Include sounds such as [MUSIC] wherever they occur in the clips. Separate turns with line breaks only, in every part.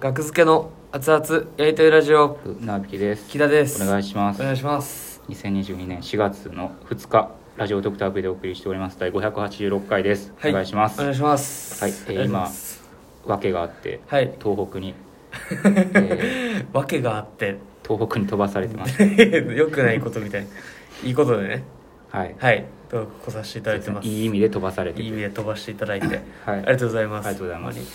学付けの熱々やりとりラジオ
なびきです
木田です
お願いしま
お願
す
いします
2022年4月の2日ラジオドクター V でお送りしております第586回です、お願いします
お願いします
はいえー
お願します
訳があって、
はい
東
[LAUGHS]
北に、えー
わけがあって [LAUGHS]
東北に飛ばされてます
よくないことみたいいいことでね
はい、
はいと来させていただいてます
いい意味で飛ばされて
いい意
る
味で飛ばしていただいて、
はい
ありがとうございます
ありがとうございます
ほんに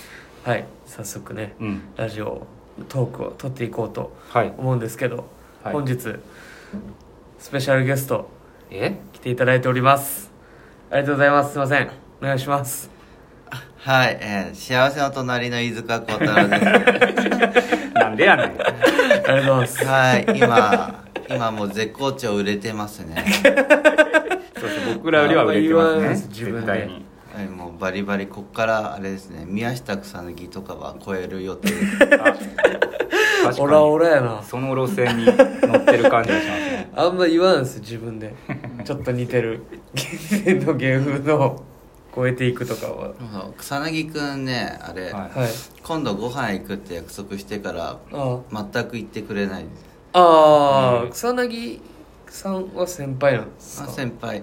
はい早速ね、
うん
ラジオトークを撮っていこうと
はい
思うんですけど、
はい
本日スペシャルゲスト
え
来ていただいておりますありがとうございますすいませんお願いします
はい、えー幸せの隣の飯塚幸太郎で
なんでやねん
ありがとうございます [LAUGHS]
す。はい、今、今もう絶好調売れてますね。
そうです僕らよりは売れてますね
自分で
絶対に
はい、もうバリバリ、こっからあれですね、宮下草薙とかは超える
[LAUGHS]
予定です。
あ確かに
オラオラやな
その路線に乗ってる感じがしますね
あんま言わんですよ自分でちょっと似てる現代の芸風の超えていくとかは
そう草薙くんね、あれ、
はい
はい
今度ご飯行くって約束してから、
あ
全く行ってくれないです。
あ、あ
う
ー
ん
草薙さんは先輩なんです
あ
か
先輩。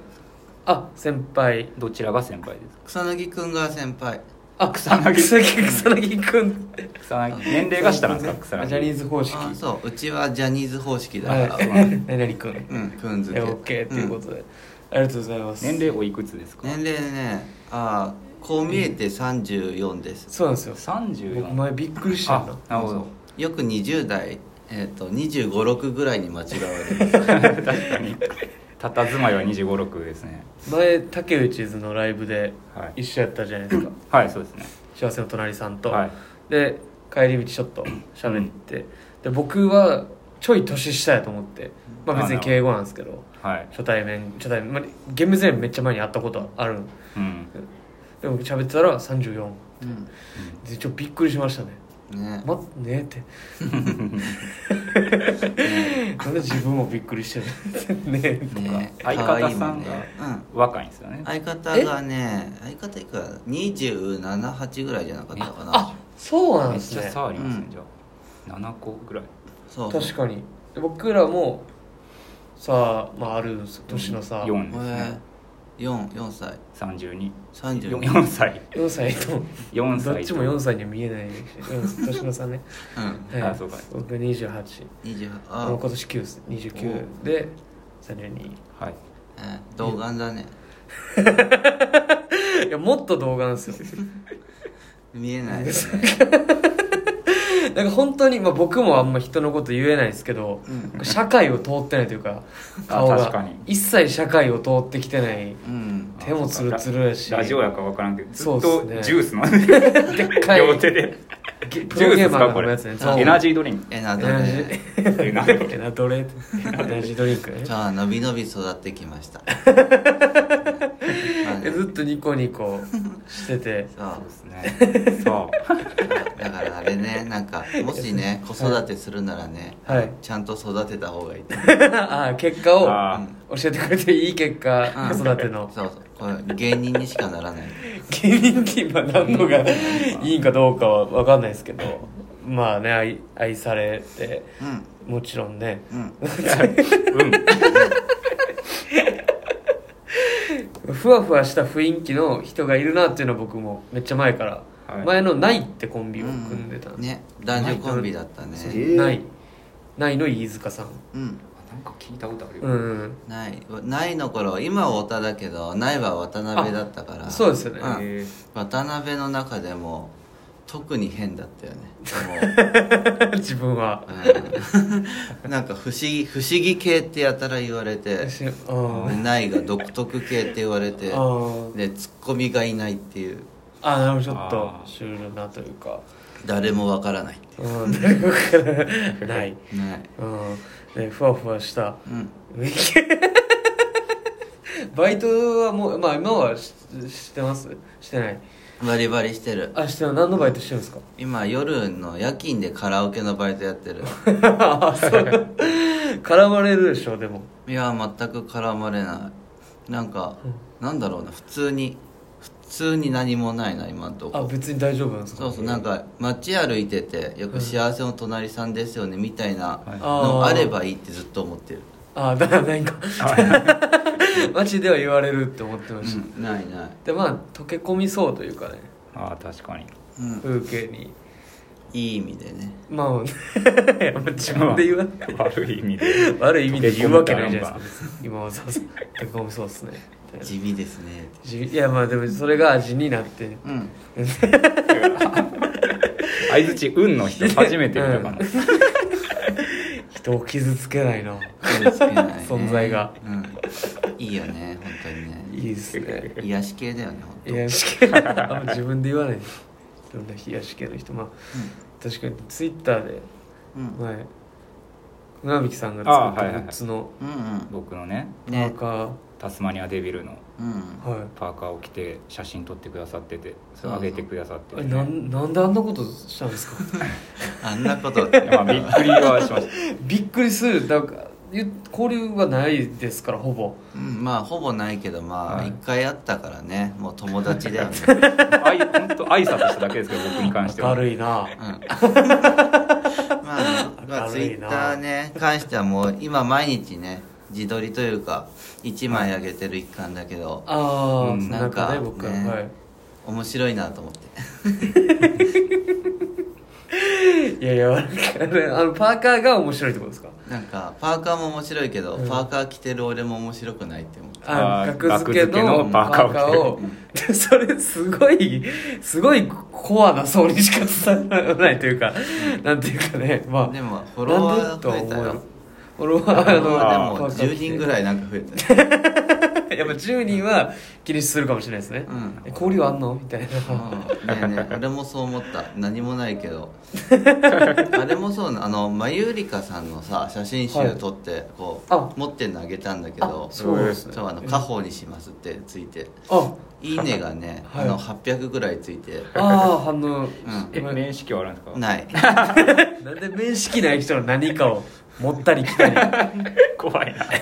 あ先輩
どちらが先輩ですか
草薙くんが先輩。
あ草薙草薙草薙くん
草薙年齢が下なんですか草
あ
薙
ジャニーズ方式
あ、そう、うちはジャニーズ方式だ
はい
から。
何々くん
[LAUGHS] うん、くんづけ。
えオッケーっていうことで、ありがとうございます
年齢おいくつですか
年齢ねああこう見えて34です、
そうなんですよ僕
34
前びっくりしたんだ
あなるほど [LAUGHS]
よく20代えっ、と2 5 6ぐらいに間違われる
確かに佇まいは2 5 6ですね
前竹内図のライブで
はい
一緒やったじゃないですか
はいそうですね
幸せの隣さんと、
はい
で帰り道ちょっと喋って、で僕はちょい年下やと思ってまあ別に敬語なんですけど
はい
初対面初対面、まあ、厳密にはめっちゃ前に会ったことはある
うん
でも喋ってたら34
うん
でちょっとびっくりしましたね
ね
まねえってなんで自分もびっくりしてるねえって
ね
相
可愛
方
い
さ
も
ん
ね
が
うん
若いんですよね
相方がね相方いくら278ぐらいじゃなかったかな
あそうなん
め
で
っ
す
ちゃ
ね
差ありますね
うん
じゃあ7個ぐらい
そう
確かにで僕らもさあまああるんですよ年の差
4です
え
ね
ー、44歳32
3244歳
4歳と
4歳
どっちも4歳には見えないうん年の差ね、
うん
はい、
[LAUGHS] あそうか
僕28
28
あ
あ
今年9です29で32
はい
えー童顔だね
いやもっと動画なんですよ [LAUGHS]
見えないですね
なんか本当にまあ僕もあんま人のこと言えないですけど
うん
社会を通ってないというか
[LAUGHS] あ
顔
確か
が
に
一切社会を通ってきてない
うん
手もツルツルやし
ラジオやか分からんけどずっ
そう
と
っすね
ジュース飲ん
でっ
で
[LAUGHS] かい
[LAUGHS] 両手で
ゲプ
ジュ
ロ
ース
ゲー
です
マー
か
が
こ
飲む
れ
やつね
そう
エナジードリンク
えな
エ
ど
ナジ
ね
ー
エナジ
[LAUGHS]
ー
エナドレエナジードリンクね
[LAUGHS] じゃあ伸び伸び育ってきました
えずっとニコニコして
[LAUGHS]
て
そう
そ
[LAUGHS]
うですねそう
だからあれねなんかもしね子育てするならね、
はい
ちゃんと育てた方がいいと
[LAUGHS] ああ結果を
あー
教えてくれていい結果
うん
子育ての
そうそうこれ芸人にしかならない
芸人って今何のがいいんかどうかは分かんないですけどまあね愛愛されて
うん
もちろんね
うん
うん
ふわふわした雰囲気の人がいるなっていうのは僕もめっちゃ前から、
はい
前の「ない」ってコンビを組んでたん
う
です、
ね男女コンビだった
そう
ね
えー
ないないの飯塚さん
うん
なんか聞いたことあるよ、
うんうん
ないないの頃今は太田だけどないは渡辺だったから
そうですよね、
うん
え
渡辺の中でも特に変だったよ
[LAUGHS]
ね
自分は
もう、うん、 [LAUGHS] なんか不思議不思議系ってやたら言われて
私あ
でないが独特系って言われて
ーあー
でツッコミがいないっていう
あーなるほどちょっと
あー
シュールなというか
誰もわからない
うん [LAUGHS] 誰もからない、
ない
うんね、ふわふわした [LAUGHS]
うん
バイトはもうまあ今はししてますしてない
バリバリしてる
あしてない何のバイトしてるんですか
今夜の夜勤でカラオケのバイトやって [LAUGHS] る
あそう [LAUGHS] 絡まれるでしょでも
いや全く絡まれないなんか、なんだろうな普通に普通に何もないな今のと
あ
こ
別に大丈夫なんですか
そうそうなんか街歩いててよく幸せの隣さんですよねみたいな
はい
の
ー
あればいいってずっと思ってる、
あだからなん [LAUGHS] か街では言われるって思ってました、
うん、ないない、
でまあ溶け込みそうというかね
[LAUGHS] ああ確かに
うん、
風景に
いい意味でね
まあ [LAUGHS] いや自分で言わない
悪い意味で
悪い意味で言うわけないじゃないですか今はそうそう溶け込みそうですね
地味ですね
地味いやまあでもそれが味になって
うん
相づち運の人初めて見たかな、
人を傷つけないの
手つけないね
存在が、
うん、いいよね本当にね
いいですね
癒し系だよね本当
癒やし系あんま自分で言わないそんな冷やし系の人まあ確かにツイッターで
うんうん
前船引さんが作っ
あは
た
いはいは
グ
い
ッズの
うん
僕のね
うん
なん
ね
か、
タスマニアデビルの
うん
は
パーカーを着て写真撮ってくださっててそれ上げてくださって
いえ
て、
なんなんであんなことしたんですか
あんな
[LAUGHS]
こと
いやまあびっくりはしまし
びっくりするなんかゆ交流がないですからほぼ
うんまあほぼないけどまあ
はい
一回会ったからねもう友達だよ
[LAUGHS]
ね
たあい本当挨拶しただけですけど僕に関しては
明るいな
うん [LAUGHS] まあまあツ
明
イ
るい
ッ
な
ターね関してはもう今毎日ね自撮りというか1枚あげてる一環だけど
ああ、
うん
なんかね
なんか
僕は、
ね
は
面白いなと思って
いいやいやなんかねあのパーカーが面白いってことですか
なんかパーカーも面白いけど
うん
パーカー着てる俺も面白くないって思って
あ
あー
学付けの
学付けの
パ
パ
ー
ー
カ
カ
ー
ー
を
を
でそれすごいすごいコアな層にしか伝わらないというか、なんていうかねまあ
でもフォロワーが増
な
えた
んでとは
よ
思うフォロ
フ
ワ
ォ
ー
ロ
の
ワーで
パ
も
ーカー
10人ぐらいなんか増えたよ
い [LAUGHS] やっぱ10人は気にするかもしれないですね、
うん
え交流あんのみたいな、
うんねえねえ俺もそう思った何もない
[LAUGHS]
けどあれもそうなあのまゆりかさんのさ写真集撮って、こ
あ
う持ってんのあげたんだけど
あそうですね
そうあの家宝にしますって
[LAUGHS]
ついて
あ
「いいね」がね、
はい
あの800ぐらいついて
あー反応、
え
な
面識はあるんですか
[LAUGHS]
ない
なんで面識ない人の何かを持ったり来たり
[LAUGHS] 怖いな
[LAUGHS]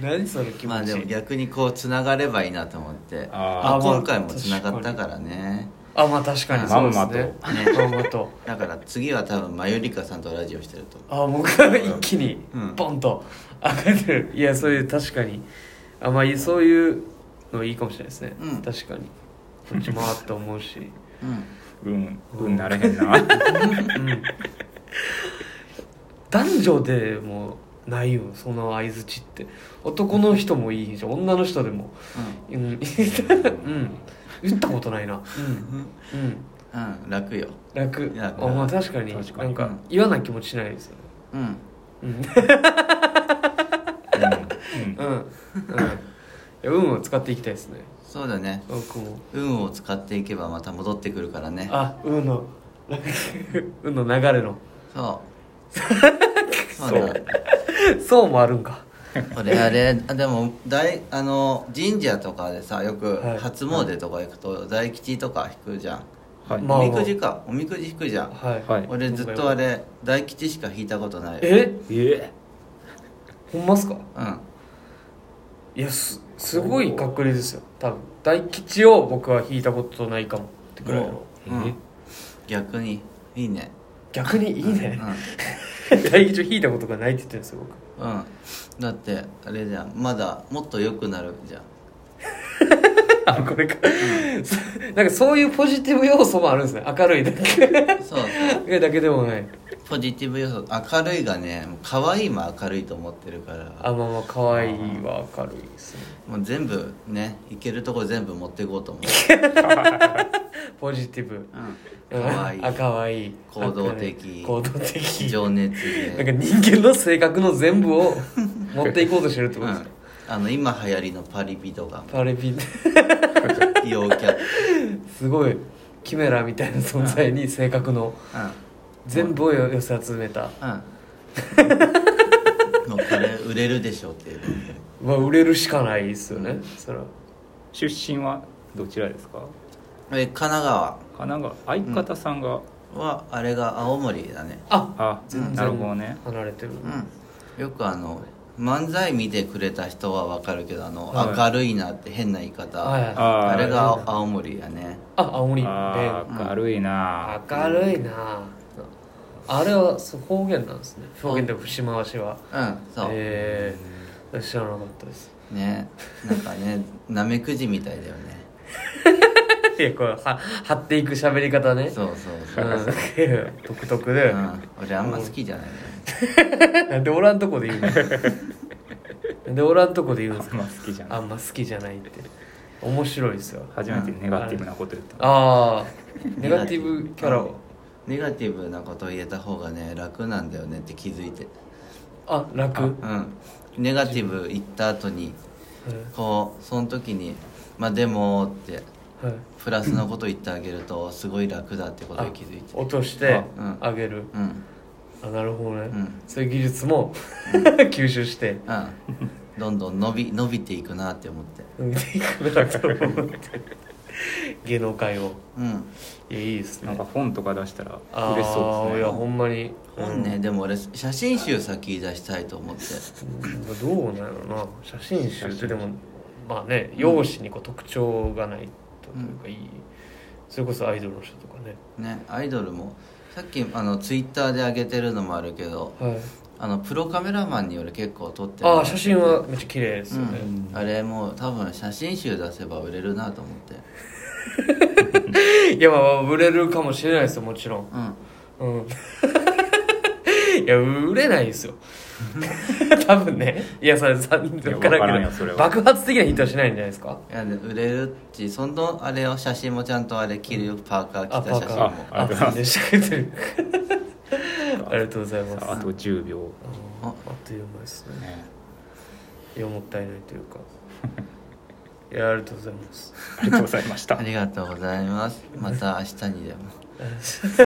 何その気
ま
持
あ
ち
でも逆にこうつながればいいなと思って
あー
ま
あ
あ
今回もつながったからね
あまあ確かにそうですね
まんま
まんまと
だから次は多分まゆりかさんとラジオしてると
あ僕が一気に
うん
ボンと上がってるいやそういう確かにあまあいいそういうのいいかもしれないですね、
うん
確かにこっちもあって思うし
うん
うんうんなれへんな
うん男女でもないよその相づちって男の人もいいし女の人でもうん、うん、言ったことないな
うん
うん、うん、
うん、うん、楽よ
楽
いや
あまあ確かに
確か
な
に
んか嫌な気持ちしないですよね
うん
うん
うん
うん、うん、いや運を使っていきたいですね
そうだね
僕も
運を使っていけばまた戻ってくるからね
あ運の運の流れの
そう
[LAUGHS]
そうだ
そうもあるんか
俺あれあでも大あの神社とかでさよく
はい
初詣とか行くと大吉とか引くじゃん、
はい
まあ
おみくじかおみくじ引くじゃん
はい、
はい
俺ずっとあれ大吉しか引いたことない
え
え
ほんますか
うん
いやすすごい確率ですよ多分大吉を僕は引いたことないかもってくらいの
うん逆にいいね
逆にいいね、大吉を引いたことがないって言ってるんですよ僕
うん、うん、だってあれじゃんまだもっと良くなるじゃん
[LAUGHS] あこれか、なんかそういうポジティブ要素もあるんですね明るいだけ [LAUGHS]
そう
だけでもない
ポジティブ要素明るいがねもう可愛いも明るいと思ってるから
あまあまあ可愛いは明るいですね
もう全部ねいけるとこ全部持っていこう
[LAUGHS]
と思う、
ポジティブ
うん、かわいい
あ可愛い
行動的
行動的
情熱
なん
で
か人間の性格の全部
[LAUGHS]
を持っていこうとしてるって
う
ことです
ん
か、
あの今流行りのパリピ
[LAUGHS]
とか
パレピ
陽キャ、うん、
すごいキメラみたいな存在に性格の全部を寄せ集めた
うん [LAUGHS] もうこれ売れるでしょっていう
まあ売れるしかないですよね、
うん
それは
出身はどちらですか
え神奈川
神奈川相方さんが
はあれが青森だね
あ
あ
全然
なるほどね
離れてる、
うんよくあの漫才見てくれた人は分かるけどあの、
はい
明るいなって変な言い方、
はいはい
あ
あれが
はい
青青森やね
あ青森弁
あー明るいな
明るいなあれはそう方言なんですね方言で節回しは
うんそう、
えー、知らなかったです [LAUGHS]
ねなんかねなめくじみたいだよね
いやこれは張っていく喋り方ね
そうそうそう、うん
うん独特で、
俺あんま好きじゃないね、
[LAUGHS] なんでおらんとこで言うのなんでおらんとこで言うんですか
あんま好きじゃな
あ
い
んま好きじゃないって面白いですよ
初めてネガティブなこと言った
ああネガティブキャラを
ネガティブなこと言えた方がね楽なんだよねって気づいて
あ楽
うんネガティブ言った後に
は
こうその時に「まあでも」って
いはい
プラスのこと言ってあげるとすごい楽だってことに気づいて
落として
うん
あげる
うん
あなるほどね、
うん
そういう技術も [LAUGHS] 吸収して
うんどんどん伸び伸びていくなって思って
見ていくなと思って芸能界を
うん
いやいいですね
なんか本とか出したら
あ
嬉しそ
あ
うで
い
す
や
ね
ほんまに
本ね、でも俺写真集先出したいと思って
うんどうなのな写真集ってでもまあね容姿にこう特徴がないとというかいい、それこそアイドルの人とかね
ねアイドルもさっきあのツイッターで上げてるのもあるけど
はい
あのプロカメラマンに俺結構撮ってもら
あ
っ
あ
てて
写真はめっちゃ綺麗です
う
よね、
ん、あれもう多分写真集出せば売れるなと思って
[LAUGHS] いやまあまあ売れるかもしれないですよもちろん
うん
うん [LAUGHS] いや売れないですよ [LAUGHS] 多分ねいやそれさ分
や
か
わから
ら
ん
ん
よ
け
それ
ど
は
爆発的なヒットはしないんじゃないですか
いやで売れるしそのあれを写真もちゃんとあれ着るよパーカー
あ
着
パ
た
ー
写
カ
真
ー
も
ありがとうございます
すあてる
[LAUGHS]
ありがとうございます
あと10秒
あーあっという間ですね
ね
いやもったいないというかいやありがとうございます
ありがとうございました
ありがとうございますまた明日にでも